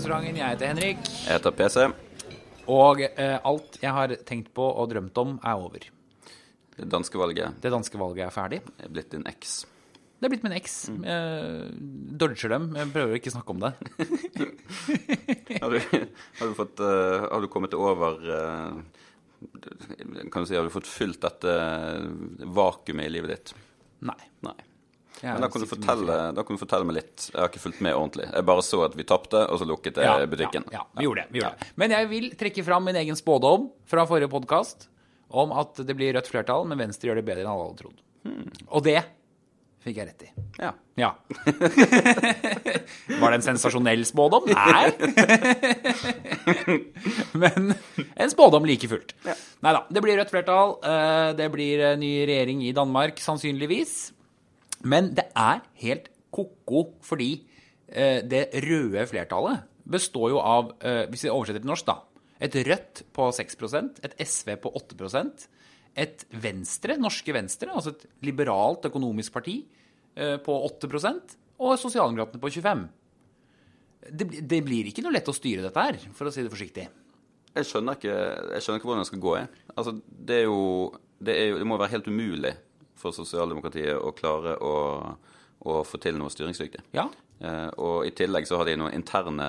heter Henrik. Jeg heter PC. Og eh, alt jeg har tenkt på og drømt om, er over. Det danske valget Det danske valget er ferdig. er blitt din eks. Det er blitt min eks. Mm. Eh, dodger dem. Jeg prøver å ikke snakke om det. Har du, har du, fått, eh, har du kommet over eh, Kan du si, har du fått fylt dette eh, vakuumet i livet ditt? Nei. Nei. Jeg er Men da kan, du sikkert fortelle, da kan du fortelle meg litt. Jeg har ikke fulgt med ordentlig. Jeg bare så at vi tapte, og så lukket jeg butikken. Ja, ja, vi gjorde det. vi gjorde det. Men jeg vil trekke fram min egen spådom fra forrige podkast om at det blir rødt flertall, men Venstre gjør det bedre enn alle hadde trodd. Hmm. Og det fikk jeg rett i. Ja. Ja. Var det en sensasjonell spådom? Nei. Men en spådom like fullt. Nei da. Det blir rødt flertall. eh, Det blir eh, ny regjering i Danmark, sannsynligvis. Men det er helt ko-ko fordi eh, det røde flertallet består jo av, eh, hvis vi oversetter til norsk, da, et Rødt på 6 et SV på 8 et Venstre, norske Venstre, altså et liberalt økonomisk parti, eh, på 8 og Sosialdemokratene på 25 det, bli- det blir ikke noe lett å styre dette her, for å si det forsiktig. Jeg skjønner ikke, jeg skjønner ikke hvordan det skal gå. Jeg. Altså, det, er jo, det, er jo, det må være helt umulig for sosialdemokratiet å klare å, å få til noe styringsdyktig. Ja. Eh, og i tillegg så har de noen interne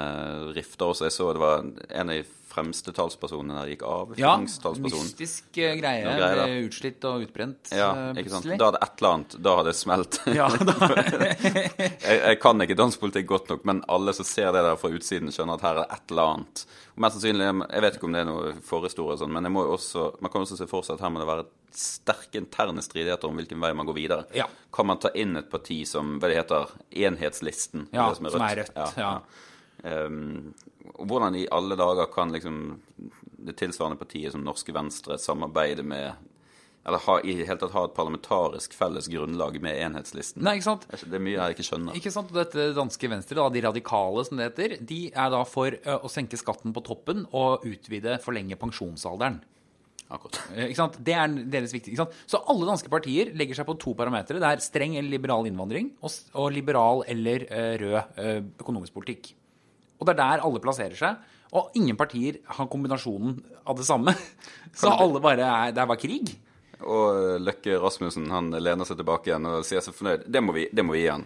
rifter også. Jeg så det var en av de fremste talspersonene der gikk av. ja finanstalspersonen. mystisk eh, greie. Noe greier, da. ble utslitt og utbrent Ja, eh, ikke sant? plutselig. Da hadde et eller annet Da hadde det smelt. Ja, da. jeg, jeg kan ikke dansk politikk godt nok, men alle som ser det der fra utsiden, skjønner at her er det et eller annet. Og mest sannsynlig, Jeg vet ikke om det er noe forhistorie, og sånn, men jeg må jo også, man kan også se for seg at her må det være sterke interne stridigheter om hvilken vei man går videre. Ja. Kan man ta inn et parti som hva det heter, Enhetslisten? Ja, det som er rødt, ja. Ehm, og hvordan i alle dager kan liksom det tilsvarende partiet som Norske Venstre samarbeide med eller ha, i hele tatt ha et parlamentarisk felles grunnlag med enhetslisten. Nei, ikke sant? Det er mye jeg ikke skjønner. Ikke sant? Og dette danske venstre, da, de radikale som det heter, de er da for eh, å senke skatten på toppen og utvide, forlenge pensjonsalderen. Akkurat. Eh, Ikke sant? Det er deres viktige. Ikke sant? Så alle danske partier legger seg på to parametere. Det er streng eller liberal innvandring og, s- og liberal eller eh, rød eh, økonomisk politikk. Og det er der alle plasserer seg. Og ingen partier har kombinasjonen av det samme. Så alle bare er Det er bare krig. Og eh, Løkke Rasmussen han lener seg tilbake igjen og sier seg fornøyd. Det må vi, det må vi gi han.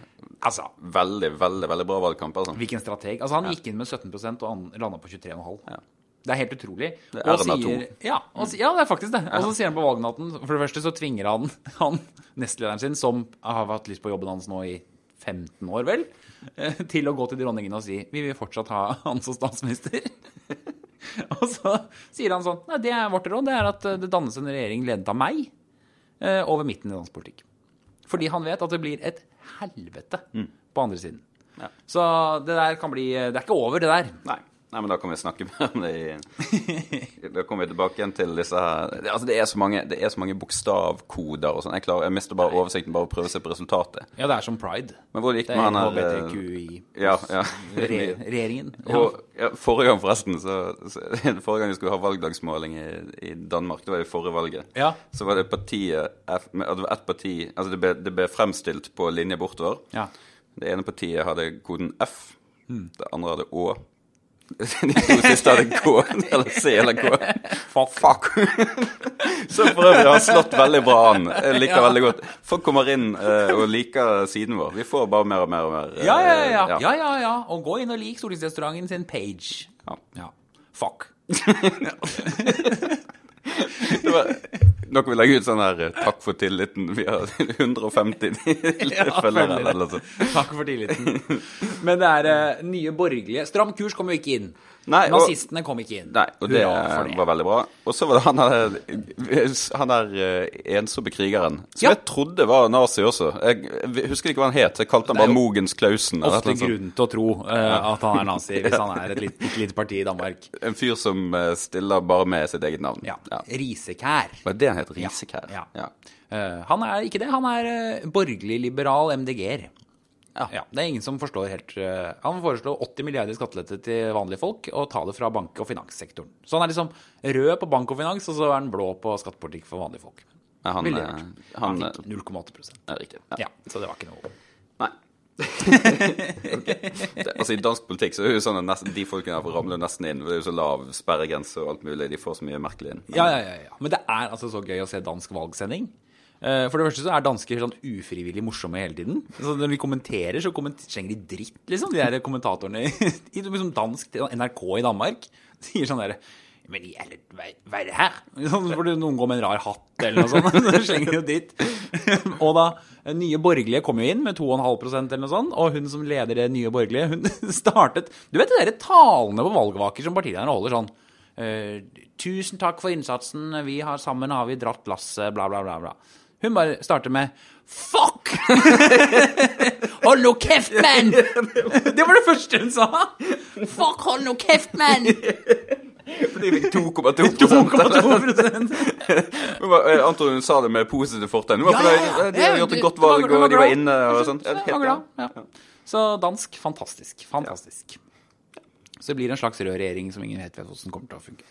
Altså, Veldig, veldig veldig bra valgkamp. altså. hvilken strateg. Altså, han gikk inn med 17 og han landa på 23,5. Ja. Det er helt utrolig. Det er Og Erna sier- Ja, og, si- ja, det er faktisk det. Og så sier han på valgnatten For det første så tvinger han, han nestlederen sin, som har hatt lyst på jobben hans nå i 15 år, vel, eh, til å gå til dronningen og si Vi vil fortsatt ha han som statsminister. Og så sier han sånn Nei, det er vårt råd. Det er at eh, det dannes en regjering ledet av meg eh, over midten i dansk politikk. Fordi han vet at det blir et helvete på andre siden. Ja. Så det der kan bli eh, Det er ikke over, det der. Nei. Nei, men da kan vi snakke mer om det i Da kommer vi tilbake igjen til disse her det- Altså, det er så mange, det er så mange bokstavkoder og sånn. Jeg, klarer- jeg mister bare oversikten, bare å prøve å se på resultatet. Ja, det er som pride. Men hvordan gikk Det det er med han her eh, Ja, ja. Re regjeringen. Og ja, Forrige gang forresten, så, så, forrige gang vi skulle ha valgdagsmåling i, i Danmark, det var det forrige valget, Ja. så var det partiet F, men det var ett parti altså det ble, det ble fremstilt på linje bortover. Ja. Det ene partiet hadde koden F, Hmm. det andre hadde Å. De to siste hadde K, eller C eller K. Fuck. Så for øvrig har slått veldig bra an. Jeg liker Ja. veldig godt. Folk kommer inn eh, og liker siden vår. Vi får bare mer og mer og mer. eh, Ja, ja, ja, ja. ja, ja, ja. Og gå inn og lik stortingsrestauranten sin page. Ja. Ja. Fuck. Det var, nå kan vi legge ut sånn her eh, 'Takk for tilliten'. Vi har 150 følgere følgere. eller noe sånt. Takk for tilliten. Men det er eh, nye borgerlige Stram kurs kom jo ikke inn. Nei, og- Nazistene kom ikke inn. Nei, og det, Hurra for det. var veldig bra. Og så var det han der, han der eh, ensomme krigeren, som Ja. jeg trodde var nazi også. Jeg, jeg husker ikke hva han het. Jeg kalte han Det er jo bare Mogens Clausen. eller et Ofte eller annet sånt. grunn til å tro eh, at han er nazi, hvis han er et lite, et lite parti i Danmark. En fyr som eh, stiller bare med sitt eget navn. Ja. Risekær. Var det det han het? Risekær? Ja. Ja. Eh, han er ikke det. Han er eh, borgerlig liberal MDG-er. Ja. det er ingen som forstår helt eh, Han foreslår 80 milliarder i skattelette til vanlige folk og ta det fra bank- og finanssektoren. Så han er liksom rød på bank og finans, og så er han blå på skattepolitikk for vanlige folk. Men han, Veldig eh, rart. Han han, fikk 0,8 eh, er riktig. Ja. Ja, så det var ikke noe Nei. Det, altså I dansk politikk så er det jo sånn at nesten, de folkene her får ramle nesten inn. for Det er jo så lav sperregrense og alt mulig. De får så mye merkelig inn. Men Ja, ja, ja, ja. Men det er altså så gøy å se dansk valgsending. Eh, For det første så er dansker sånn ufrivillig morsomme hele tiden. Så når de kommenterer, så komment- slenger de dritt, liksom. De der kommentatorene i i- liksom dansk til NRK i Danmark sier sånn derre men i alle hva hva er det her? Sånn, Fordi noen går med en rar hatt eller noe sånt. Så slenger de jo dritt. Og da eh, Nye Borgerlige kom jo inn med 2,5 eller noe sånt. Og hun som leder det Nye Borgerlige, hun startet Du vet de der talene på valgvaker som partilederne holder sånn Eh, tusen takk for innsatsen. Vi har sammen har vi dratt lasset, bla, bla, bla. bla. Hun bare starter med Fuck! hold nå kjeft, mann! Det var det første hun sa. Fuck, hold nå kjeft, mann! de fikk 2,2 2,2 Hun var- Jeg antar eh, hun sa det med positivt fortegn. Hun var Ja, fornøyd. Eh, ja, ja. De har Ja, gjort de- et godt de var- valg, de var og de var glad. inne og sånn. Så jeg var glad, ja. Så dansk, fantastisk. Fantastisk. Så det blir en slags rød regjering som ingen helt vet hvordan kommer til å funke.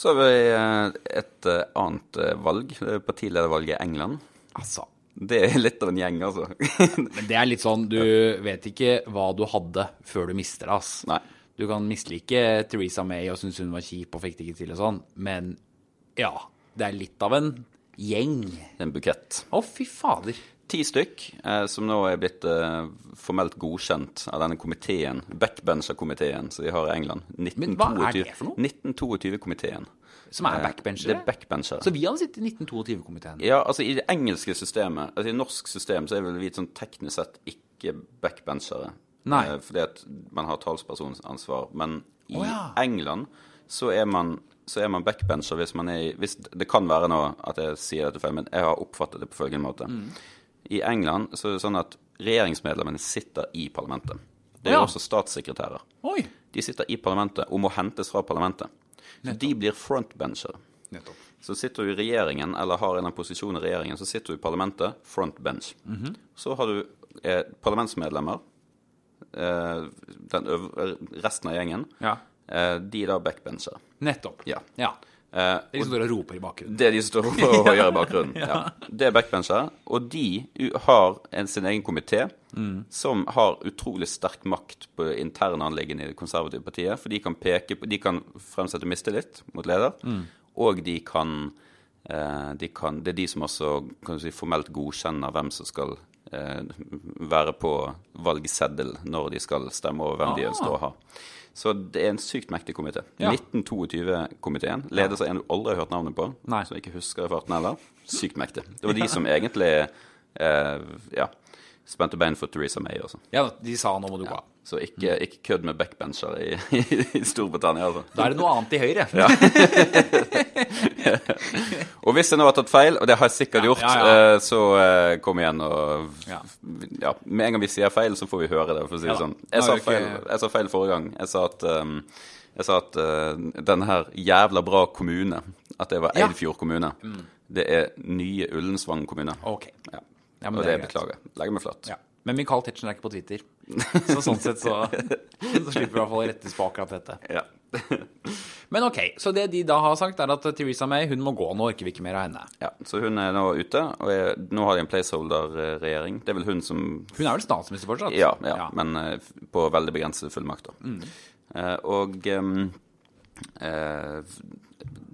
Så har vi eh, et eh, annet eh, valg. Det er Partiledervalget i England. Altså, Det er litt av en gjeng, altså. Men det er litt sånn, du vet ikke hva du hadde før du mister det, ass. Nei. Du kan mislike Theresa May og synes hun var kjip og fikk det ikke til og sånn, men ja, det er litt av en gjeng. Det er en bukett. Å, fy fader. Ti stykk eh, som nå er blitt eh, formelt godkjent av denne komiteen, backbencher-komiteen som de har i England. 1922, Men hva er det for noe? 1922-komiteen. Som er Eh, backbenchere? Det er backbenchere. Så vi hadde sittet i 1922-komiteen. Ja, altså i det engelske systemet, altså i norsk system, så er vel vi sånn teknisk sett ikke backbenchere. Nei. Eh, Fordi at man har talspersonansvar. Men i Å, ja. England så er man så er man backbencher hvis man er i hvis, Det kan være nå at jeg sier dette feil, men jeg har oppfattet det på følgende måte. Mm. I England så er det sånn at regjeringsmedlemmene sitter i parlamentet. Det er Ja. også statssekretærer. Oi, De sitter i parlamentet og må hentes fra parlamentet. Så de blir frontbenchere. nettopp. Så sitter du i regjeringen, eller har en eller annen posisjon i regjeringen, så sitter du i parlamentet, frontbench. Så har du eh, parlamentsmedlemmer, eh, den øv resten av gjengen, Ja. eh, de er da backbencher. Nettopp. Ja. ja. Eh, Det er de som står og roper i bakgrunnen. det er de som står på høyre i bakgrunnen. Ja. Det er backbencher, og de u- har en, sin egen komité Mm. som har utrolig sterk makt på det interne anliggende i det konservative partiet, for de kan peke på De kan fremsette mistillit mot leder, Mm. og de kan, eh, de kan Det er de som også kan du si, formelt godkjenner hvem som skal eh, være på valgseddel når de skal stemme over hvem de Ah. ønsker å ha. Så det er en sykt mektig komité. Ja. 1922-komiteen, ledes av en du aldri har hørt navnet på, Nei. som jeg ikke husker i farten heller. Sykt mektig. Det var de som egentlig eh, ja, spente bein for Theresa May også. Ja, de sa nå må du gå. av. Så ikke, Mm. ikke kødd med backbencher i, i Storbritannia, altså. Da er det noe annet i høyre. Og hvis jeg nå har tatt feil, og det har jeg sikkert Ja, gjort, ja, ja. eh, så eh, kom igjen og Ja. ja, Med en gang vi sier feil, så får vi høre det, for å si Ja det da. sånn. Nå Jeg sa, er det feil, ikke- jeg sa feil forrige gang. Jeg sa at, ehm, jeg sa at eh, denne her jævla bra kommune, at det var Ja. Mm. Eidfjord kommune, det er nye Ullensvang kommune. Ok. Ja. Ja, men og det det, er greit. beklager jeg. Legger meg flatt. Ja. Men Michael Tetzschner er ikke på Twitter. Så sånn sett så, så slipper vi i hvert fall å rettes på akkurat dette. Ja. Men ok, så det de da har sagt, er at Theresa May hun må gå. Nå orker vi ikke mer av henne. Ja, Så hun er nå ute, og er, nå har de en placeholder-regjering. Det er vel hun som Hun er vel statsminister fortsatt? Ja, ja, men eh, f- på veldig begrensede fullmakter. Mm. Eh, og ehm, eh,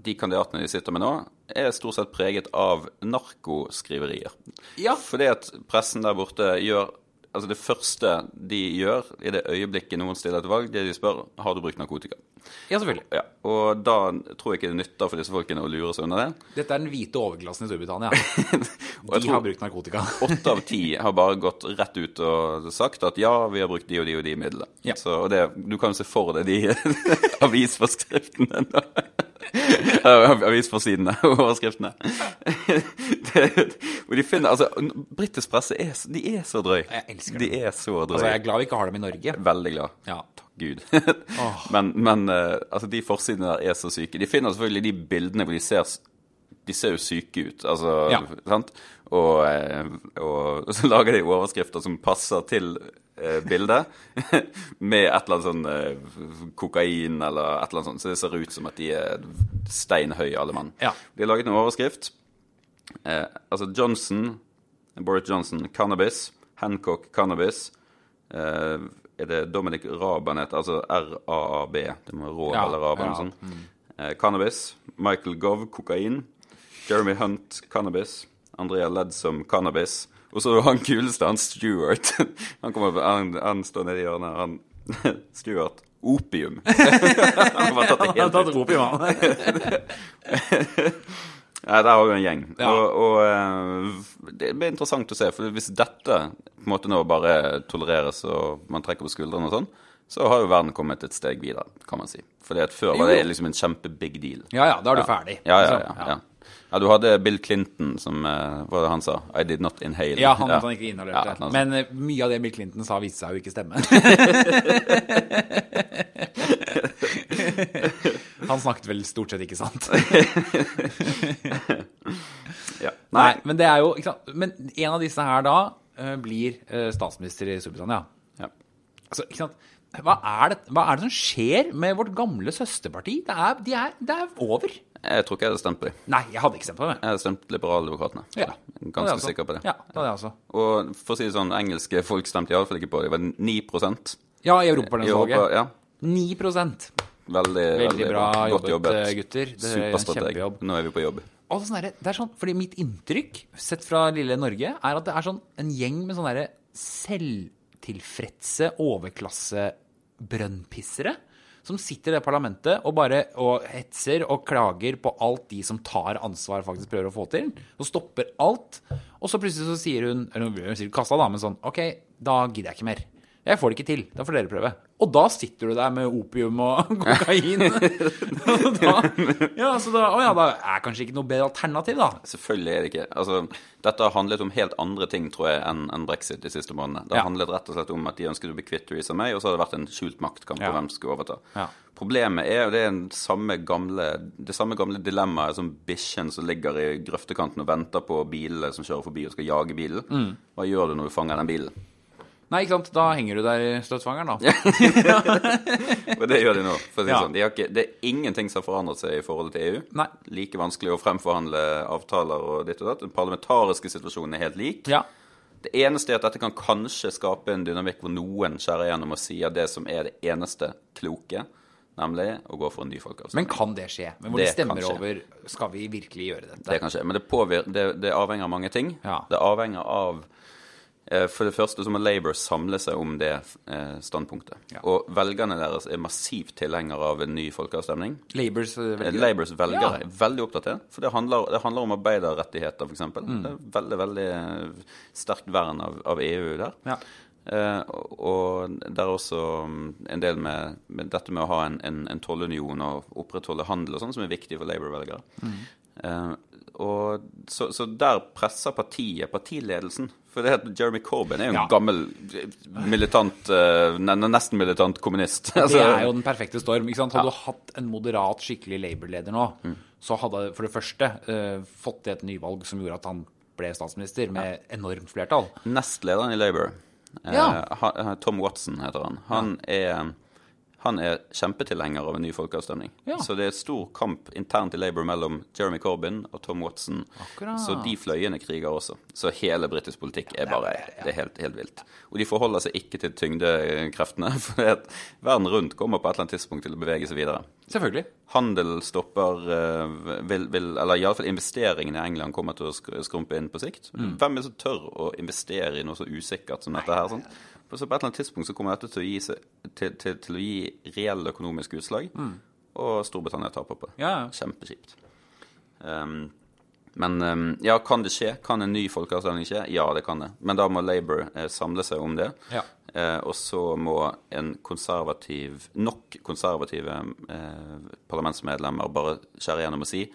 de kandidatene de sitter med nå, er stort sett preget av narkoskriverier. Ja. Fordi at pressen der borte gjør Altså, det første de gjør i det øyeblikket noen stiller et valg, det er de spør har du brukt narkotika. ja, selvfølgelig. Ja, Og da tror jeg ikke det nytter for disse folkene å lure seg unna det. Dette er den hvite overklassen i Storbritannia. Og jeg De har brukt narkotika. Åtte av ti har bare gått rett ut og sagt at ja, vi har brukt de og de og de midlene. Ja. Så, og det, du kan jo se for deg de avisforskriftene nå. Eh, Avisforsidene og overskriftene. det, og de finner Altså, n- britisk presse er, s- de er så drøy. Jeg elsker De er så drøy. Altså, Jeg er glad vi ikke har dem i Norge. Veldig glad. Ja. Takk Gud. men men eh, altså, de forsidene der er så syke. De finner selvfølgelig de bildene hvor de ser, s- de ser jo syke ut. Altså, Ja. sant? Og, eh, og, og så lager de overskrifter som passer til eh, bildet, med et eller annet sånn eh, kokain eller et eller annet sånt. Så det ser ut som at de er steinhøye, alle mann. Ja. De har laget en overskrift. Eh, altså Johnson, Boris Johnson, cannabis. Hancock, cannabis. eh, Er det Dominic Rabanet, altså RAAB? Det må være rå Ja, eller Raban. ja, mm. Sånn. Eh, cannabis. Michael Gove, kokain. Jeremy Hunt, cannabis. Andrea Ledsom, cannabis. Og så han kuleste, han Stuart. Han, kommer, han, han står nede i hjørnet, han Stuart. Opium. han har bare tatt det Jeg har helt ut. tatt rop i mannen. Nei, der har vi en gjeng. Ja. Og, og eh, det blir interessant å se. For hvis dette på en måte nå bare tolereres og man trekker på skuldrene og sånn, så har jo verden kommet et steg videre, kan man si. Fordi at før var det liksom en kjempe-big deal. Ja ja, da er du ferdig. Ja, ja, liksom. ja. ja. ja du hadde Bill Clinton som eh, Hva var det han sa? I did not inhale. Ja, han, at han ikke inhalerte. Ja, et eller annet Men eh, mye av det Bill Clinton sa, viste seg jo ikke stemme. han snakket vel stort sett ikke sant. sånt. ja. Nei. Nei, men det er jo ikke sant? Men en av disse her da eh, blir eh, statsminister i Storbritannia. Ja. Altså, ikke sant? Hva er, det, hva er det som skjer med vårt gamle søsterparti? Det er, de er, det er over. Jeg tror ikke jeg hadde stemt på dem. Nei, jeg hadde ikke stemt på det. Jeg hadde stemt Liberaldemokratene. Ja, det Ganske hadde jeg også. sikker på det. Ja, det hadde jeg også. Og for å si det sånn, engelske folk stemte iallfall ikke på det. Det var 9 Ja, i I Europa, Europaparlamentsvalget. ja. 9 Veldig, Veldig bra Godt jobbet, jobbet. eh, gutter. Dere gjør en Superstrateg. kjempejobb. Nå er vi på jobb. Og sånn derre- det er sånn, fordi mitt inntrykk, sett fra lille Norge, er at det er sånn en gjeng med sånne derre selvtilfredse overklassebrønnpissere som sitter i det parlamentet og bare og hetser og klager på alt de som tar ansvar, faktisk prøver å få til, og stopper alt. Og så plutselig så sier hun, eller hun sier kassa da, men sånn OK, da gidder jeg ikke mer. Jeg får det ikke til. Da får dere prøve. Og da sitter du der med opium og kokain. Og da, ja, så da, å ja, da er kanskje ikke noe bedre alternativ, da. Selvfølgelig er det ikke Altså, Dette har handlet om helt andre ting, tror jeg, enn enn brexit de siste månedene. Det har Ja. handlet rett og slett om at de ønsket å bli kvitt Theresa May, og så har det vært en skjult maktkamp Ja. om hvem som skulle overta. Ja. Problemet er jo det er en samme gamle, det samme gamle dilemmaet som bikkjen som ligger i grøftekanten og venter på bilene som kjører forbi og skal jage bilen. Mm. Hva gjør du når du fanger den bilen? Nei, ikke sant. Da henger du der i støtfangeren, da. Og det gjør de nå. for å si det Ja. sånn. De har ikke, det er ingenting som har forandret seg i forholdet til EU. Nei. Like vanskelig å fremforhandle avtaler og ditt og datt. Den parlamentariske situasjonen er helt lik. Ja. Det eneste er at dette kan kanskje skape en dynamikk hvor noen skjærer gjennom og sier det som er det eneste kloke, nemlig å gå for en ny folkeavstemning. Men kan det skje? Men hvor Det de stemmer kan skje. over Skal vi virkelig gjøre dette? Det kan skje. Men det, påvir det, det avhenger av mange ting. Ja. Det avhenger av eh, For det første så må Labour samle seg om det eh, standpunktet. Ja. Og velgerne deres er massivt tilhengere av en ny folkeavstemning. Labours eh, velgere. Labours velgere Ja. er veldig opptatt av det. For det handler, det handler om arbeiderrettigheter, f.eks. Mm. Det er veldig veldig eh, sterkt vern av, av EU der. Ja. Eh, og- og det er også mm, en del med, med dette med å ha en, en, en tollunion og opprettholde handel og sånn, som er viktig for Labour-velgere. Mm. Eh, og så, så der presser partiet partiledelsen. For det at Jeremy Corbyn er jo en Ja. gammel militant, eh, ne- ne- nesten militant kommunist. Altså, Det er jo den perfekte storm. ikke sant? Hadde du hatt en moderat, skikkelig Labour-leder nå, Mm. så hadde for det første eh, fått til et nyvalg som gjorde at han ble statsminister med enormt flertall. Nestlederen i Labour, eh, Ja. ha- eh, Tom Watson heter han, han er, han er kjempetilhenger av en ny folkeavstemning. Ja. Så det er stor kamp internt i Labour mellom Jeremy Corbyn og Tom Watson. Akkurat. Så de fløyene kriger også. Så hele britisk politikk er bare det er helt, helt vilt. Og de forholder seg ikke til tyngdekreftene, for det at verden rundt kommer på et eller annet tidspunkt til å bevege seg videre. Selvfølgelig. Handel stopper eh, vil, vil, Eller iallfall investeringene i England kommer til å skr- skrumpe inn på sikt. Hvem er det som tør å investere i noe så usikkert som dette her? Sant? Så på et eller annet tidspunkt så kommer dette til å gi, seg, til, til, til å gi reelle økonomiske utslag, og Storbritannia taper på det. Ja, ja. Kjempekjipt. Ehm, men ehm, ja, kan det skje? Kan en ny folkeavstemning skje? Ja, det kan det. Men da må Labour eh, samle seg om det. Ja. Eh, og så må en konservativ, nok konservative eh, parlamentsmedlemmer bare skjære gjennom og si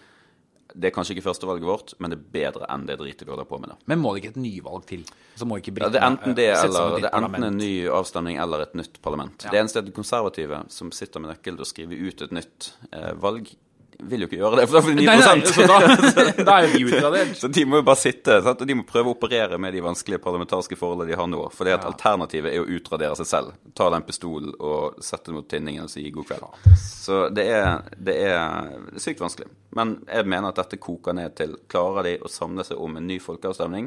det er kanskje ikke førstevalget vårt, men det er bedre enn det dritet vi holder på med nå. Men må det ikke et nyvalg til? Så må ikke Ja, britene det er enten det, eh, sette sammen et nytt eller det er enten en parlament. ny avstemning eller et nytt parlament. Ja. Det eneste er at de konservative som sitter med nøkkel til å skrive ut et nytt eh, valg, vil jo ikke gjøre det, for da får de 9 Nei, nei, så da, da er jo vi utradert. Så de må jo bare sitte sant? og de må prøve å operere med de vanskelige parlamentariske forholdene de har nå. For det at Ja. alternativet er å utradere seg selv. Ta den pistolen og sette den mot tinningen og si god kveld. Så det er, det er sykt vanskelig. Men jeg mener at dette koker ned til klarer de å samle seg om en ny folkeavstemning?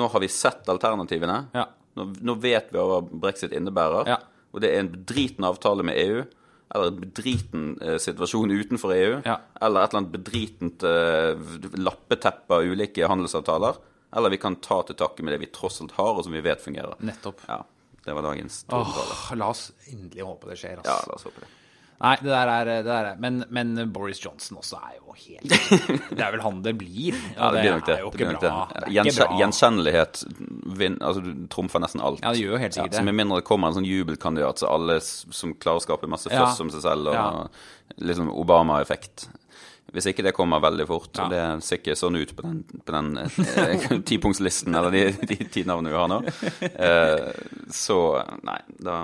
Nå har vi sett alternativene. Ja. Nå, nå vet vi hva brexit innebærer, Ja. og det er en bedriten avtale med EU. Eller en bedriten eh, situasjon utenfor EU. Ja. Eller et eller annet bedritent eh, lappeteppe av ulike handelsavtaler. Eller vi kan ta til takke med det vi tross alt har, og som vi vet fungerer. Nettopp. Ja, Det var dagens Åh, tordentale. la oss endelig håpe det skjer, altså. Ja, la oss håpe det. Nei, det der er, det der er men, men Boris Johnson også er jo helt Det er vel han det blir. og Ja, det blir nok det. er jo det, blir ikke nok bra. det. Det er ikke Gjenkje- bra. Gjenkjennelighet vin, altså, du trumfer nesten alt. Ja, det gjør jo helt sikkert Ja, så det. Med mindre det kommer en sånn jubelkandidat så alle s- som klarer å skape masse Ja. føss om seg selv, og Ja. liksom Obama-effekt. Hvis ikke det kommer veldig fort, Ja. og det ser ikke sånn ut på den, på den eh, tipunktslisten eller de, de ti navnene vi har nå, eh, så Nei. Da,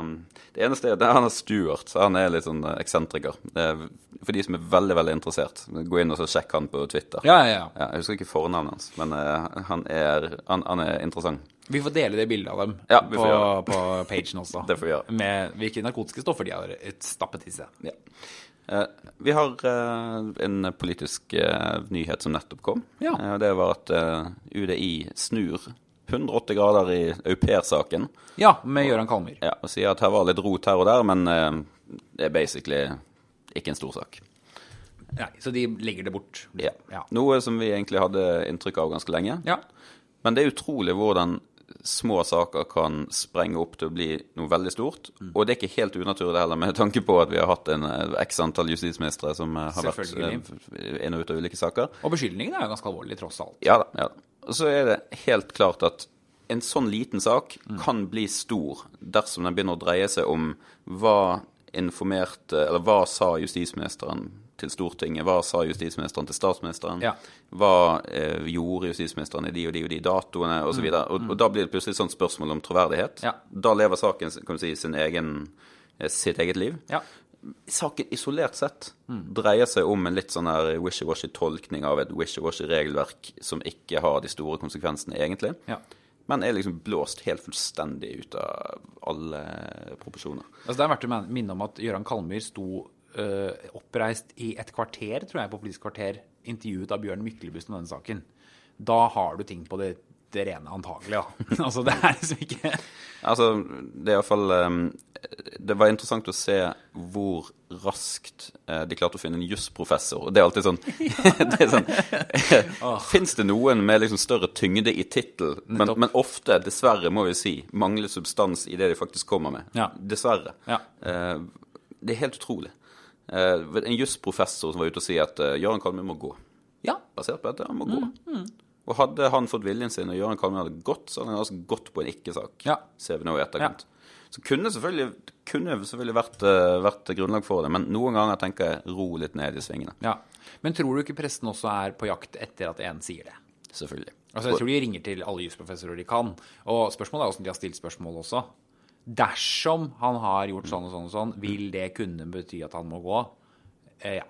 det eneste er det er han er Stuart. så Han er litt sånn eh, eksentriker. Det er, for de som er veldig, veldig interessert, gå inn og så sjekk han på Twitter. Ja, ja, ja. Ja, jeg husker ikke fornavnet hans, men eh, han, er, han, han er interessant. Vi får dele det bildet av dem Ja, vi på, får gjøre på pagen også. Det får vi gjøre. Med hvilke narkotiske stoffer de har stappet i seg. Eh, vi har eh, en politisk eh, nyhet som nettopp kom. Ja. Eh, det var at eh, UDI snur 180 grader i aupairsaken Ja, med Gøran Kalmyr. ja, og sier at her var litt rot her og der, men eh, det er basically ikke en stor sak. Nei, så de legger det bort. Ja. Ja. Noe som vi egentlig hadde inntrykk av ganske lenge. Ja. Men det er utrolig hvordan små saker kan sprenge opp til å bli noe veldig stort. Og det er ikke helt unaturlig heller, med tanke på at vi har hatt en eh, x antall justisministre som eh, har vært eh, Selvfølgelig. f- f- inn og ut av ulike saker. Og beskyldningene er jo ganske alvorlige, tross alt. Ja da. ja da. Og så er det helt klart at en sånn liten sak kan bli stor dersom den begynner å dreie seg om hva informerte Eller hva sa justisministeren til Stortinget? Hva sa justisministeren til statsministeren? Ja. Hva eh, gjorde justisministeren i de og de og de datoene, osv.? Og, og, og da blir det plutselig et sånt spørsmål om troverdighet. Ja. Da lever saken kan du si, sin egen, eh, sitt eget liv Ja. saken isolert sett dreier seg om en litt sånn her wishy-washy tolkning av et wishy-washy regelverk som ikke har de store konsekvensene, egentlig. Ja. Men er liksom blåst helt fullstendig ut av alle proporsjoner. Altså, det er verdt å men- minne om at Gøran Kalmyr sto eh, oppreist i et kvarter, tror jeg, på Politisk kvarter, intervjuet av Bjørn Myklebust om denne saken. Da har du ting på det, det rene, antagelig, da. altså, det er liksom ikke Altså, det er iallfall ehm, Det var interessant å se hvor raskt eh, de klarte å finne en jusprofessor. Og det er alltid sånn, det er sånn Fins det noen med liksom større tyngde i tittel? Men, Nettopp. men ofte, dessverre, må vi si, mangler substans i det de faktisk kommer med. Ja. Dessverre. Ja. Eh, det er helt utrolig. Eh, en jusprofessor som var ute og si at eh, Jøran Kalmøy må gå Ja. basert på dette. Han må gå. Mm, Og hadde han fått viljen sin og Jøran Kalmøy hadde gått, så hadde han altså gått på en ikke-sak. Ja. Ser vi nå i etterkant. Så kunne selvfølgelig, kunne selvfølgelig vært, eh, vært grunnlag for det, men noen ganger tenker jeg ro litt ned i svingene. ja. Men tror du ikke pressen også er på jakt etter at en sier det? Selvfølgelig. Altså, jeg tror de ringer til alle jusprofessorer de kan. Og spørsmålet er hvordan de har stilt spørsmål også. Dersom han har gjort sånn og sånn og sånn, vil det kunne bety at han må gå? Eh, ja.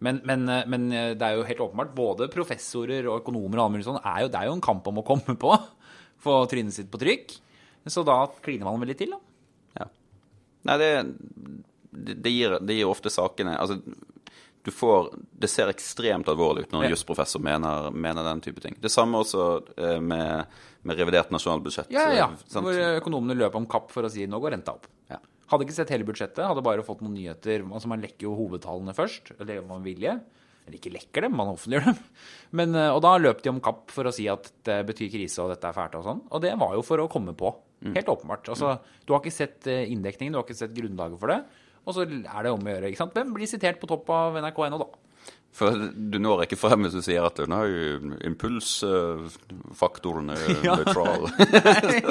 Men, men, eh, men eh, det er jo helt åpenbart, både professorer og økonomer og alle mulig sånn, er jo, det er jo en kamp om å komme på. Få trynet sitt på trykk. Så da kliner man veldig til, da. Ja. Nei, det, det- det, gir, det gir ofte sakene Altså, du får Det ser ekstremt alvorlig ut når en Ja. jusprofessor mener, mener den type ting. Det samme også eh, med, med revidert nasjonalbudsjett. Ja, ja. eh, sant? Hvor økonomene løp om kapp for å si nå går renta opp. Ja. Hadde ikke sett hele budsjettet, hadde bare fått noen nyheter. Altså Man lekker jo hovedtallene først, eller om man vilje. Eller ikke lekker dem, man offentliggjør dem. Men, eh, og da løp de om kapp for å si at det betyr krise og dette er fælt og sånn. Og det var jo for å komme på. Helt åpenbart. Altså, Du har ikke sett eh, inndekningen, du har ikke sett grunnlaget for det. Og så er det om å gjøre. ikke sant? Hvem blir sitert på topp av nrk.no, da? For du når ikke frem hvis du sier at hun har jo impulsfaktoren eh, Ja. neutral.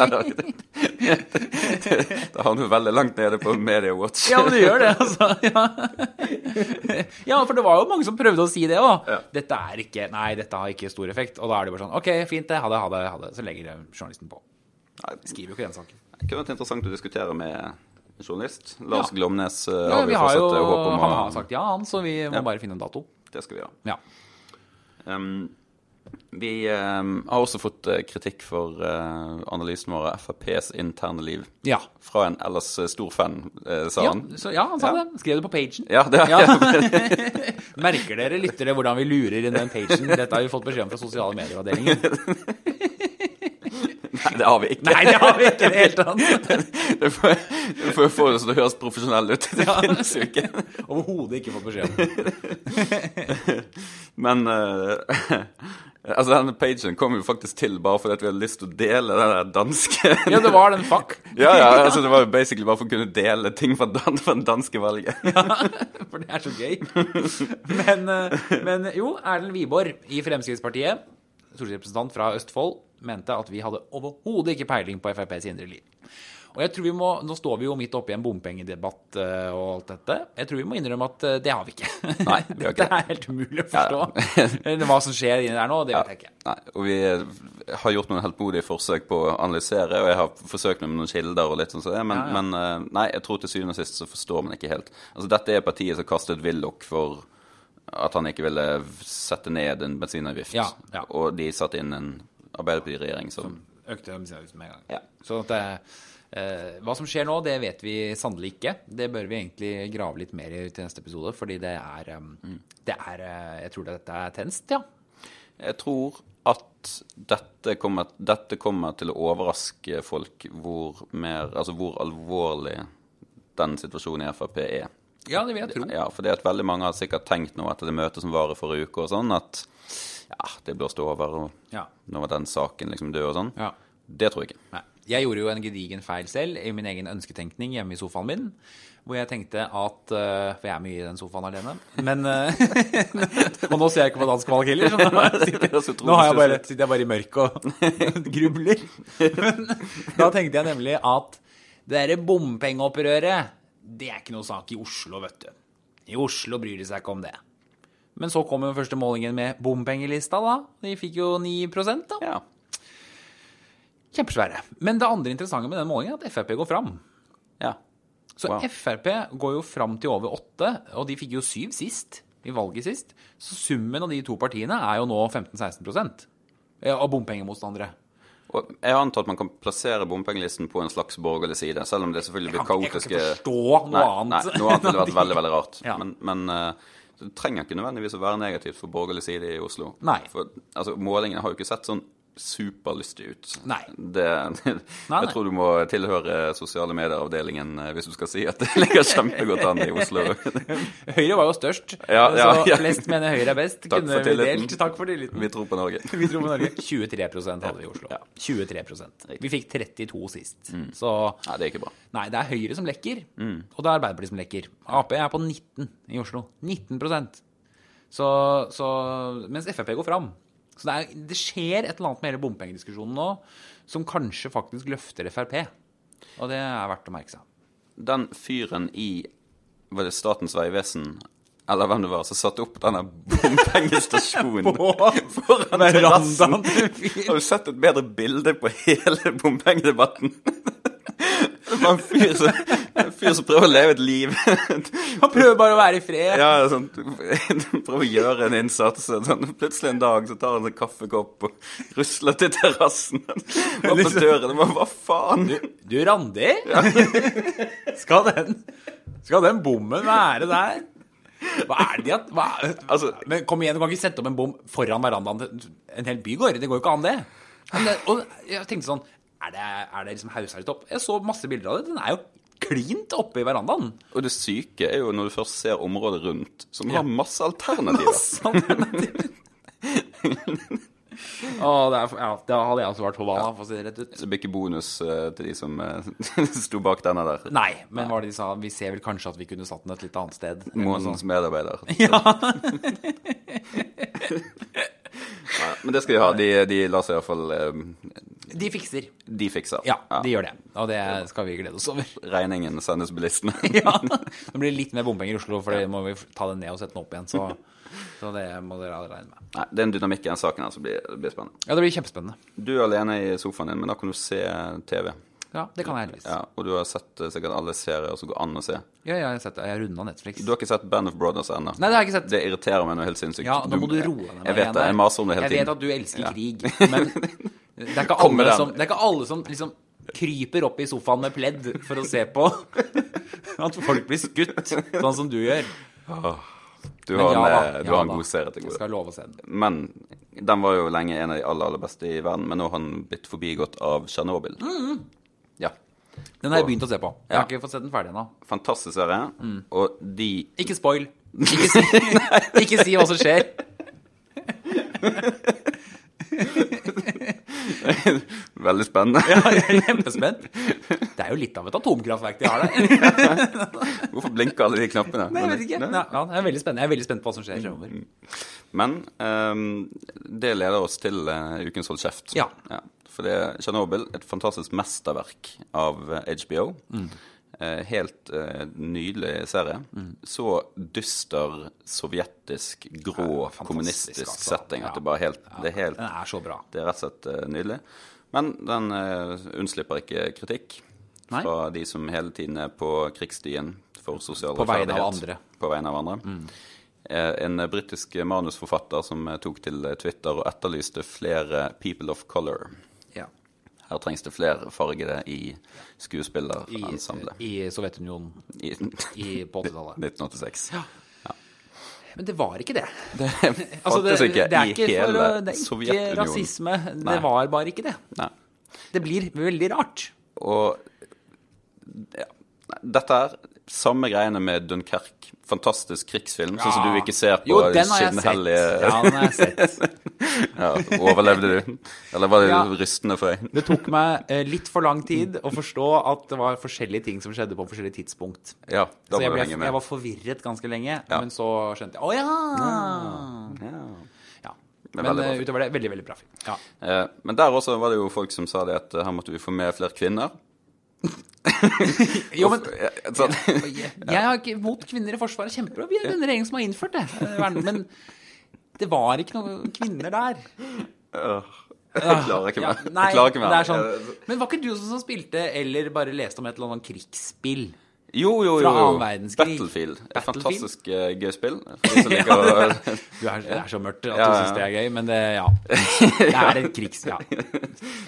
da har hun jo veldig langt nede på Media Watch. Ja, men det gjør det, altså. Ja. ja, for det var jo mange som prøvde å si det òg. Ja. Dette er ikke Nei, dette har ikke stor effekt. Og da er det bare sånn OK, fint det. Ha det, ha det. ha det. Så legger journalisten på. Nei, Det Skriver jo ikke den saken. kunne vært interessant å diskutere med en journalist. Lars Ja. Glomnes eh, Ja, har vi fortsatt eh, håp om. Han å- har sagt ja, han, så vi må bare finne en dato. Det skal vi gjøre. Ja. Um, vi um, har også fått eh, kritikk for eh, analysen vår av FrPs interne liv. Ja. Fra en ellers eh, stor fan, eh, sa Ja, han. så, ja, han sa Ja. det. Skrev det på pagen. Ja, det, Ja. Merker dere lyttere hvordan vi lurer inn den pagen? Dette har vi fått beskjed om fra sosiale medier-avdelingen. Det har vi ikke. Nei, det har vi ikke i det hele tatt. Det får, det får få det så det høres profesjonell ut. Det finnes jo ikke. Overhodet ikke fått beskjed om. Men eh, altså denne pagen kom jo faktisk til bare fordi at vi hadde lyst til å dele den der danske Ja, det var den fuck. ja, ja, altså det var jo basically bare for å kunne dele ting fra, dan fra den danske valget. For det er så gøy. Men, eh, men jo, Erlend Wiborg i Fremskrittspartiet, stortingsrepresentant fra Østfold, mente at vi hadde overhodet ikke peiling på FrPs indre liv. Og jeg tror vi må, Nå står vi jo midt oppi en bompengedebatt eh, og alt dette. Jeg tror vi må innrømme at eh, det har vi ikke. Nei, vi har ikke Dette det. er helt umulig å forstå. Eller Hva som skjer inni der nå, det vet jeg ikke. Nei, og vi har gjort noen heltmodige forsøk på å analysere, og jeg har forsøkt med noen kilder og litt sånn som det, men, men eh, nei, jeg tror til syvende og sist så forstår man ikke helt. Altså dette er partiet som kastet Willoch for at han ikke ville sette ned en bensinavgift, Ja, ja. og de satte inn en Arbeiderparti-regjering som Økte bensinavgiften med en gang. Ja. Så at det, eh, hva som skjer nå, det vet vi sannelig ikke. Det bør vi egentlig grave litt mer i til neste episode, fordi det er, em, det er eh, Jeg tror dette er tenst, ja. Jeg tror at dette kommer, dette kommer til å overraske folk hvor, mer, altså hvor alvorlig den situasjonen i Frp er. Ja, det vil jeg tro. Mm. Ja, for det at veldig mange har sikkert tenkt nå etter det møtet som var i forrige uke og sånn, at ja, det blåste over, og Ja. nå var den saken liksom død og sånn. Ja. Det tror jeg ikke. Nei. Jeg gjorde jo en gedigen feil selv i min egen ønsketenkning hjemme i sofaen min. Hvor jeg tenkte at eh, For jeg er mye i den sofaen alene. Men, eh, og nå ser jeg ikke på dansk valg heller. så nå sitter- høres utrolig Nå har jeg bare, ut. sitter jeg bare i mørket og grubler. Men da tenkte jeg nemlig at det derre bompengeopprøret, det er ikke noe sak i Oslo, vet du. I Oslo bryr de seg ikke om det. Men så kom jo den første målingen med bompengelista, da. De fikk jo 9 da. Ja. Kjempesvære. Men det andre interessante med den målingen er at Frp går fram. ja. Så Wow. Frp går jo fram til over åtte, og de fikk jo syv sist, i valget sist. Så summen av de to partiene er jo nå 15-16 eh, av bompengemotstandere. Og jeg antar at man kan plassere bompengelisten på en slags borgerlig side, selv om det selvfølgelig blir Jeg kan ikke- kaotiske jeg kan ikke forstå noe Nei, annet. Nei, noe annet ville vært veldig, veldig rart. Ja. Men, men eh, det trenger ikke nødvendigvis å være negativt for borgerlig side i Oslo. Nei. For altså, målingene har jo ikke sett sånn superlystig ut. Nei. Det, Nei, nei. Jeg tror du må tilhøre sosiale medieavdelingen eh, hvis du skal si at det ligger kjempegodt an i Oslo. Høyre var jo størst, Ja, ja, så ja. flest mener Høyre er best. Takk for vi tilliten. delt. Takk for tilliten. Vi tror på Norge. Vi tror på Norge. 23 hadde vi i Oslo. Ja. Mm. 23 Vi fikk 32 sist. Så Nei, det er ikke bra. nei, det er Høyre som lekker, og det er Arbeiderpartiet som lekker. Ap er på 19 i Oslo. 19 så, så, Mens Frp går fram. Så det, er, det skjer et eller annet med hele bompengediskusjonen nå som kanskje faktisk løfter Frp. Og det er verdt å merke seg. den fyren i var det Statens vegvesen eller hvem det var, som satte opp denne bompengestasjonen foran terrassen. verandaen til fyren. Har du sett et bedre bilde på hele bompengedebatten? Det var en fyr som, en fyr som prøver å leve et liv. Han prøver bare å være i fred. Ja, sånn, prøver å gjøre en innsats. Sånn. Plutselig en dag så tar han en kaffekopp og rusler til terrassen. Og på Liksom- døren. Men hva faen? Du, Randi? skal, den, skal den bommen være der? Hva er det de at hva, Altså- Men kom igjen, du kan ikke sette opp en bom foran verandaen til en hel bygård. Det går jo ikke an, det. Men det og jeg tenkte sånn Er det, er det liksom hausa litt opp? Jeg så masse bilder av det. Den er jo klint oppe i verandaen. Og det syke er jo når du først ser området rundt, som Ja. har masse alternativer. Sånn. Å, det er, ja, da hadde jeg også vært Havana, for å si det rett ut. Så det blir ikke bonus eh, til de som eh, sto bak denne der. Nei, men hva var det de sa? Vi ser vel kanskje at vi kunne satt den et litt annet sted. Månedens medarbeider. Nei, Men det skal de ha. De, de lar seg iallfall De fikser. eh, De fikser. Ja, de gjør det. Og det skal vi glede oss over. Regningen sendes bilistene. Ja, Nå blir det litt mer bompenger i Oslo, for det må vi ta den ned og sette den opp igjen. Så, så det må dere alle regne med. Nei, det er en dynamikk i den saken her som blir, det blir spennende. Ja, det blir kjempespennende. Du er alene i sofaen din, men da kan du se TV. Ja, Det kan jeg heldigvis. Ja, og du har sett eh, sikkert alle serier som går an å se. Ja, jeg har sett det. Jeg runda Netflix. Du har ikke sett Band of Brothers ennå? Nei, det har jeg ikke sett. Det irriterer meg noe helt sinnssykt. Ja, Nå må du roe deg ned. Jeg vet det, jeg maser om det hele Jeg vet tiden. at du elsker Ja. krig, men det er, ikke Kom med alle den. som, det er ikke alle som liksom kryper opp i sofaen med pledd for å se på at folk blir skutt, sånn som du gjør. Du Men har, ja en, da, eh, du ja har en da. god serie til Jeg gode. skal love å se den. Men Den var jo lenge en av de aller, aller beste i verden, men nå har den blitt forbigått av Tsjernobyl. Ja. Den har jeg begynt å se på. Jeg Ja. har ikke fått sett den ferdig ennå. Fantastisk serie. Mm. Og de Ikke spoil. Ikke si, ikke si hva som skjer. Veldig spennende. Jeg er kjempespent. Det er jo litt av et atomkraftverk de har der. Hvorfor blinker alle de knappene? Nei, jeg vet ikke. Nei, ja, det er veldig spennende. Jeg er veldig spent på hva som Mm. skjer fremover. Men ehm, det leder oss til eh, ukens Hold kjeft. Ja. for det er Tsjernobyl, et fantastisk mesterverk av eh, HBO. Mm. Eh, helt eh, nydelig serie. Mm. Så dyster sovjetisk, grå, fantastisk, kommunistisk altså. setting at Ja. det bare helt, det er helt Den er så bra. det er rett og slett eh, nydelig. Men den eh, unnslipper ikke kritikk Nei. fra de som hele tiden er på krigsstien for sosial På vegne av rettferdighet. andre. Mm. På vegne av andre. Eh, En eh, britisk manusforfatter som eh, tok til eh, Twitter og etterlyste flere 'people of color'. Ja. Her trengs det flere fargede i I, skuespillerensemblet. I Sovjetunionen I i, eh, på 80-tallet. 1986. Ja. Men det var ikke det. Det Altså, det, fantes ikke det er i ikke, for, hele å- det er ikke Sovjetunionen. rasisme. Det Nei. var bare ikke det. Nei. Det blir veldig rart. Og ja, dette er samme greiene med Dunkerque. Fantastisk krigsfilm, sånn som du ikke ser på Jo, den har jeg sett. Ja, skinnhellige den har jeg sett. ja, Overlevde du? Eller var det Ja. rystende for deg? Det tok meg eh, litt for lang tid å forstå at det var forskjellige ting som skjedde på forskjellige tidspunkt. Ja, Så da må jeg, du ble, henge jeg med. var forvirret ganske lenge, Ja. men så skjønte jeg Å ja! Ja. ja. Men Men veldig bra eh, utover det, veldig, veldig bra film. Ja. Eh, Men der også var det jo folk som sa det at eh, her måtte vi få med flere kvinner. Jo, men Eh, sånn. jeg, jeg har ikke mot kvinner i Forsvaret. Kjempebra. Vi er den regjeringen som har innført det. eh, verden. Men det var ikke noen kvinner der. Jeg klarer ikke Ah, Ja, mer. nei, Jeg klarer ikke mer. det er sånn. Eh, Men var ikke du som spilte eller bare leste om et eller annet krigsspill? Jo, jo, jo. Fra jo. annen verdenskrig. Battlefield. Et Battlefield? fantastisk eh, gøy spill. For de som Ja, liker å- det er- Du er, det er så mørkt at Ja, du ja. syns det er gøy, men det, ja. Det er et krigs... Ja.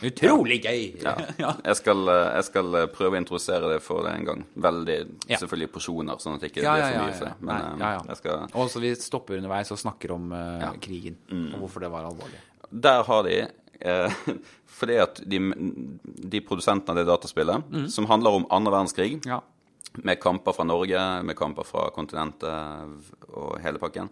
Utrolig gøy! Ja. Jeg skal, eh, jeg skal eh, prøve å introdusere det for deg en gang. Veldig, Ja. Selvfølgelig i porsjoner, sånn at det ikke Ja, blir ja, for ja, mye ja. for deg. Men Nei, eh, ja, ja. Jeg skal, Og så vi stopper underveis og snakker om eh, Ja. Mm. krigen og hvorfor det var alvorlig. der har de eh, Fordi at de, de produsentene av det dataspillet, Mhm. som handler om andre verdenskrig, Ja. med kamper fra Norge, med kamper fra kontinentet og hele pakken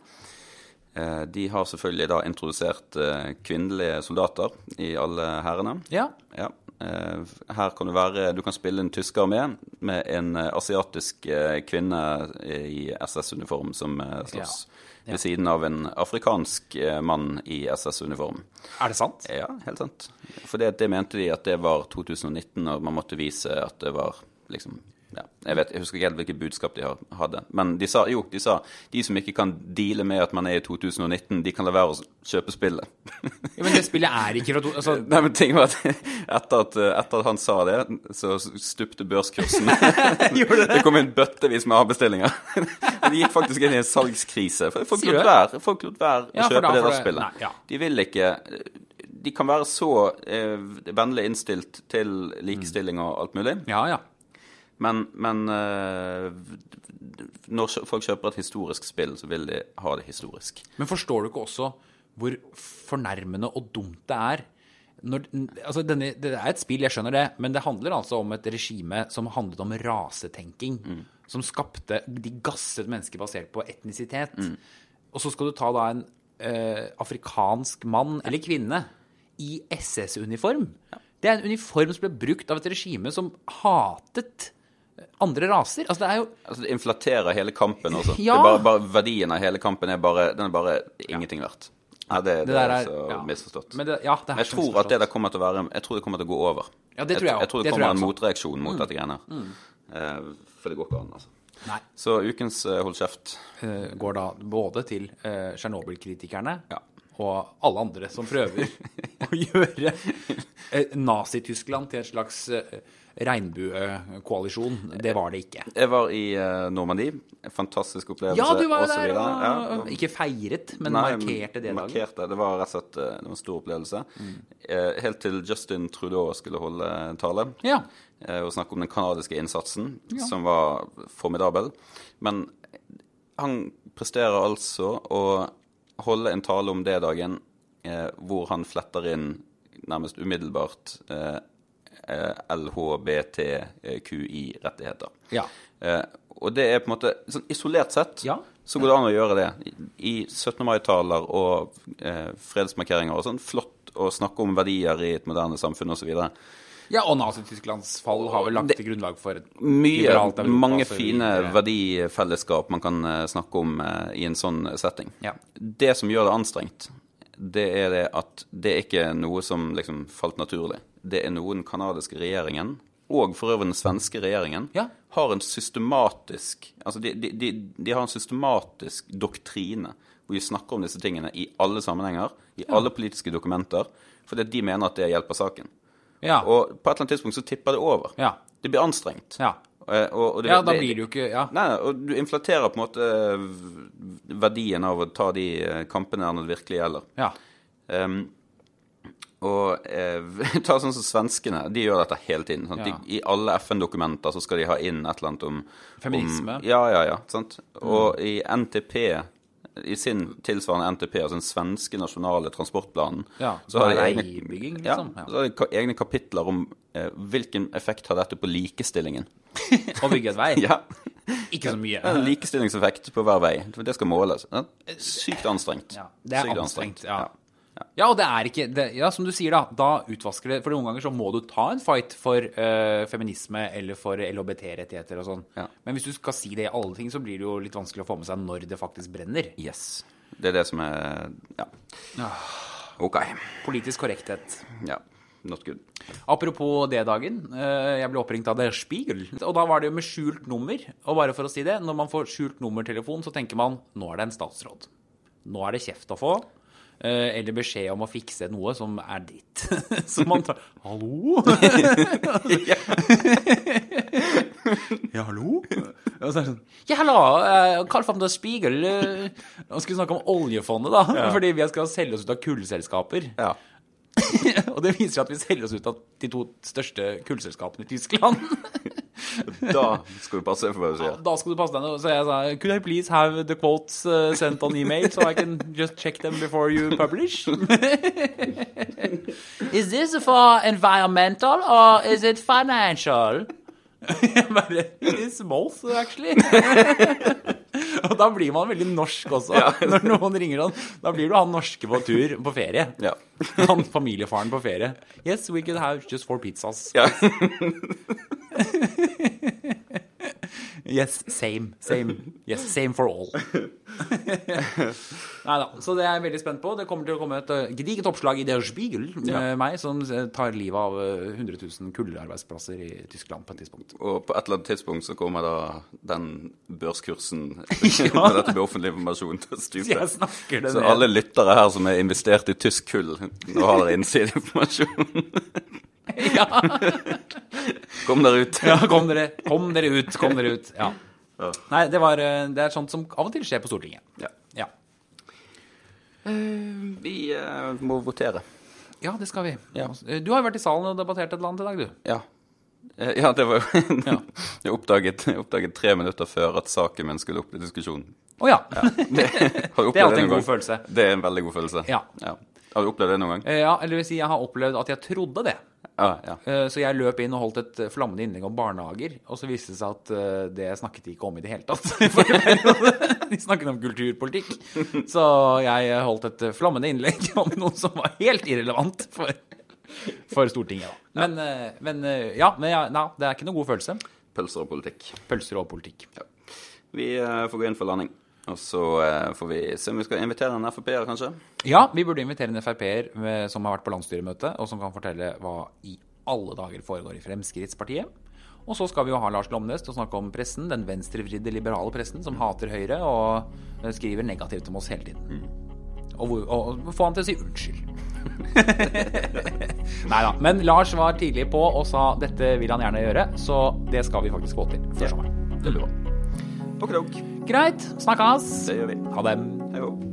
eh, De har selvfølgelig da introdusert eh, kvinnelige soldater i alle hærene. ja. Ja. eh, Her kan du være Du kan spille en tysker med, med en eh, asiatisk eh, kvinne i SS-uniform som eh, slåss. Ved siden av en afrikansk eh, mann i SS-uniform. Er det sant? Ja, helt sant. For det, det mente de at det var 2019, og man måtte vise at det var liksom ja, jeg, vet, jeg husker ikke helt hvilket budskap de har- hadde. Men de sa jo, de sa de som ikke kan deale med at man er i 2019, de kan la være å s- kjøpe spillet. Ja, men det spillet er ikke fra to... Altså, Nei, men ting var at etter at, etter at han sa det, så stupte børskursen. Gjorde det? Det kom inn bøttevis med avbestillinger. De gikk faktisk inn i en salgskrise. For folk Sier du lot være, folk lot være å Ja, for kjøpe da- for det der det- nei, spillet. ja. De vil ikke De kan være så eh, vennlig innstilt til likestilling og alt mulig, ja, ja. men, men eh, når kjø- folk kjøper et historisk spill, så vil de ha det historisk. Men forstår du ikke også hvor fornærmende og dumt det er? Når, altså denne, det er et spill, jeg skjønner det, men det handler altså om et regime som handlet om rasetenking. Mm. Som skapte De gasset mennesker basert på etnisitet. Mm. Og så skal du ta da en eh, afrikansk mann eller kvinne i SS-uniform. Det er en uniform som ble brukt av et regime som hatet andre raser. Altså, det er jo Altså, det inflaterer hele kampen også. Ja. Det er bare, bare, verdien av hele kampen er bare, den er bare ingenting verdt. Nei, det, det, er, så ja. misforstått. Men det, ja, det er jeg så tror at misforstått. det der kommer til å være Jeg tror det kommer til å gå over. Ja, det tror jeg også. Jeg tror det Det tror kommer jeg en også. Mm. motreaksjon mot dette greiene her. Eh, for det går ikke an, altså. Nei. Så ukens eh, hold kjeft. eh, går da både til eh, Tsjernobyl-kritikerne Ja. og alle andre som prøver å gjøre eh, Nazi-Tyskland til en slags eh, regnbuekoalisjon. Det var det ikke. Jeg var i eh, Normandie. En fantastisk opplevelse. Ja, du var og jo så der videre. Ja, og ikke feiret, men Nei, markerte det Mm. dagen. markerte. Det var rett og slett eh, det var en stor opplevelse. Eh, helt til Justin Trudeau skulle holde en tale. Ja. eh, og snakke om den kanadiske innsatsen, som var formidabel. Men han presterer altså å holde en tale om det dagen eh, hvor han fletter inn nærmest umiddelbart eh, eh, LHBTQI-rettigheter. Ja. Eh, og det er på en måte sånn Isolert sett Ja. så går det an å gjøre det. I i 17. mai-taler og eh, fredsmarkeringer og sånn. Flott å snakke om verdier i et moderne samfunn osv. Ja, og Nazi-Tysklands fall har vel lagt Det- Mm. til grunnlag for et Mye, liberalt Europa, mange så fine videre. verdifellesskap man kan eh, snakke om eh, i en sånn setting. Ja. Det som gjør det anstrengt, det er det at det er ikke noe som liksom falt naturlig. Det er noe den kanadiske regjeringen, og for øvrig den svenske regjeringen, Ja. har en systematisk Altså de, de, de, de har en systematisk doktrine hvor de snakker om disse tingene i alle sammenhenger, i alle politiske dokumenter, fordi de mener at det hjelper saken. Ja. Og på et eller annet tidspunkt så tipper det over. Ja. Det blir anstrengt. ja. Eh, Og, og det, Ja, da blir det jo ikke Ja. Nei, nei, og du inflaterer på en måte eh, verdien av å ta de eh, kampene der når det virkelig gjelder. ja. Ehm, og eh, ta sånn som svenskene, de gjør dette hele tiden. Sant? Ja. De, I alle FN-dokumenter så skal de ha inn et eller annet om Feminisme. Mm. Om, ja, ja, ja. Sant? Og i NTP, i sin tilsvarende NTP, altså den svenske nasjonale transportplanen, Ja, så har de egne, veibygging, ja, liksom. Ja. så har de ka- egne kapitler om eh, hvilken effekt har dette på likestillingen. Og bygge et vei. ja. Ikke så mye. Det er en likestillingseffekt på hver vei. Det skal måles. Det er Sykt anstrengt. Ja, det er Sykt anstrengt. Ja. Ja, og det er ikke det, Ja, som du sier, da. Da utvasker det For noen ganger så må du ta en fight for eh, feminisme eller for LHBT-rettigheter og sånn. Ja. Men hvis du skal si det i alle ting, så blir det jo litt vanskelig å få med seg når det faktisk brenner. Yes. Det er det som er Ja. Ah. OK. Politisk korrekthet. Ja. Not good. Apropos det dagen. eh, Jeg ble oppringt av Der Spiegel. Og da var det jo med skjult nummer. Og bare for å si det, når man får skjult nummertelefon, så tenker man nå er det en statsråd. Nå er det kjeft å få. eh, Eller beskjed om å fikse noe som er dritt. Så man tar Hallo? Ja, hallo? Og så er det sånn Ja, hallo! eh, Carl van der Spiegel. eh, Nå skal vi snakke om oljefondet, da. Fordi vi skal selge oss ut av kullselskaper. Ja. Og det viser seg at vi selger oss ut av de to største kullselskapene i Tyskland. Da skal vi passe for hva du sier. Da skal du passe deg. nå. Så jeg sa Could I please have the quotes uh, sent on email, so I can just check them before you publish? is this for environmental or is it financial? Jeg bare, It is both, actually. og da blir man veldig norsk også. Når noen ringer sånn, da blir du han norske på tur på ferie. Ja. Han familiefaren på ferie. Yes, we could have just four pizzas. Ja. Yes, same, same. Yes, same for all. Nei da. Så det er jeg veldig spent på. Det kommer til å komme et eh, gedigent oppslag i Der Spiegel med meg, som eh, tar livet av eh, 100 000 kuldearbeidsplasser i Tyskland på et tidspunkt. Og på et eller annet tidspunkt så kommer da den børskursen når dette blir offentlig informasjon til å stupe. Jeg snakker det Så ned. alle lyttere her som er investert i tysk kull, nå har dere innsideinformasjon. Ja. Kom dere ut. Ja, kom dere, kom dere ut, kom dere ut. Ja. Nei, det, var, eh, det er sånt som av og til skjer på Stortinget. Ja. Ja, Vi eh, må votere. ja det skal vi. Eh, Du har jo vært i salen og debattert et eller annet i dag, du. Ja. Eh, Ja, det var Jeg oppdaget, jeg oppdaget tre minutter før at saken min skulle opp til diskusjon. Å ja. Har du opplevd Det er alltid en god noen gang? følelse. Det er en veldig god følelse. Ja. Har du opplevd det noen gang? Eh, ja. Eller vil si, jeg har opplevd at jeg trodde det. Ja. ja. Eh, Så jeg løp inn og holdt et eh, flammende innlegg om barnehager, og så viste det seg at eh, det snakket de ikke om i det hele tatt. De snakket om kulturpolitikk. Så jeg eh, holdt et eh, flammende innlegg om noe som var helt irrelevant for, for Stortinget. da. Men, eh, men eh, ja, men ja, nei, det er ikke noen god følelse. Pølser og politikk. Pølser og politikk. Ja. Vi eh, får gå inn for landing. Og så eh, får vi se om vi skal invitere en Frp-er, kanskje. Ja, vi burde invitere en Frp-er med- som har vært på landsstyremøte, og som kan fortelle hva i alle dager foregår i Fremskrittspartiet. Og så skal vi jo ha Lars Lomnes til å snakke om pressen, den venstrevridde liberale pressen som hater Høyre og eh, skriver negativt om oss hele tiden. Og, hvor- og, og få han til å si unnskyld. Nei da. Men Lars var tidlig på og sa dette vil han gjerne gjøre, så det skal vi faktisk få til før sommeren. Det blir bra. Okidok. Greit. Snakkes. Det gjør vi. Ha det. Hei ho.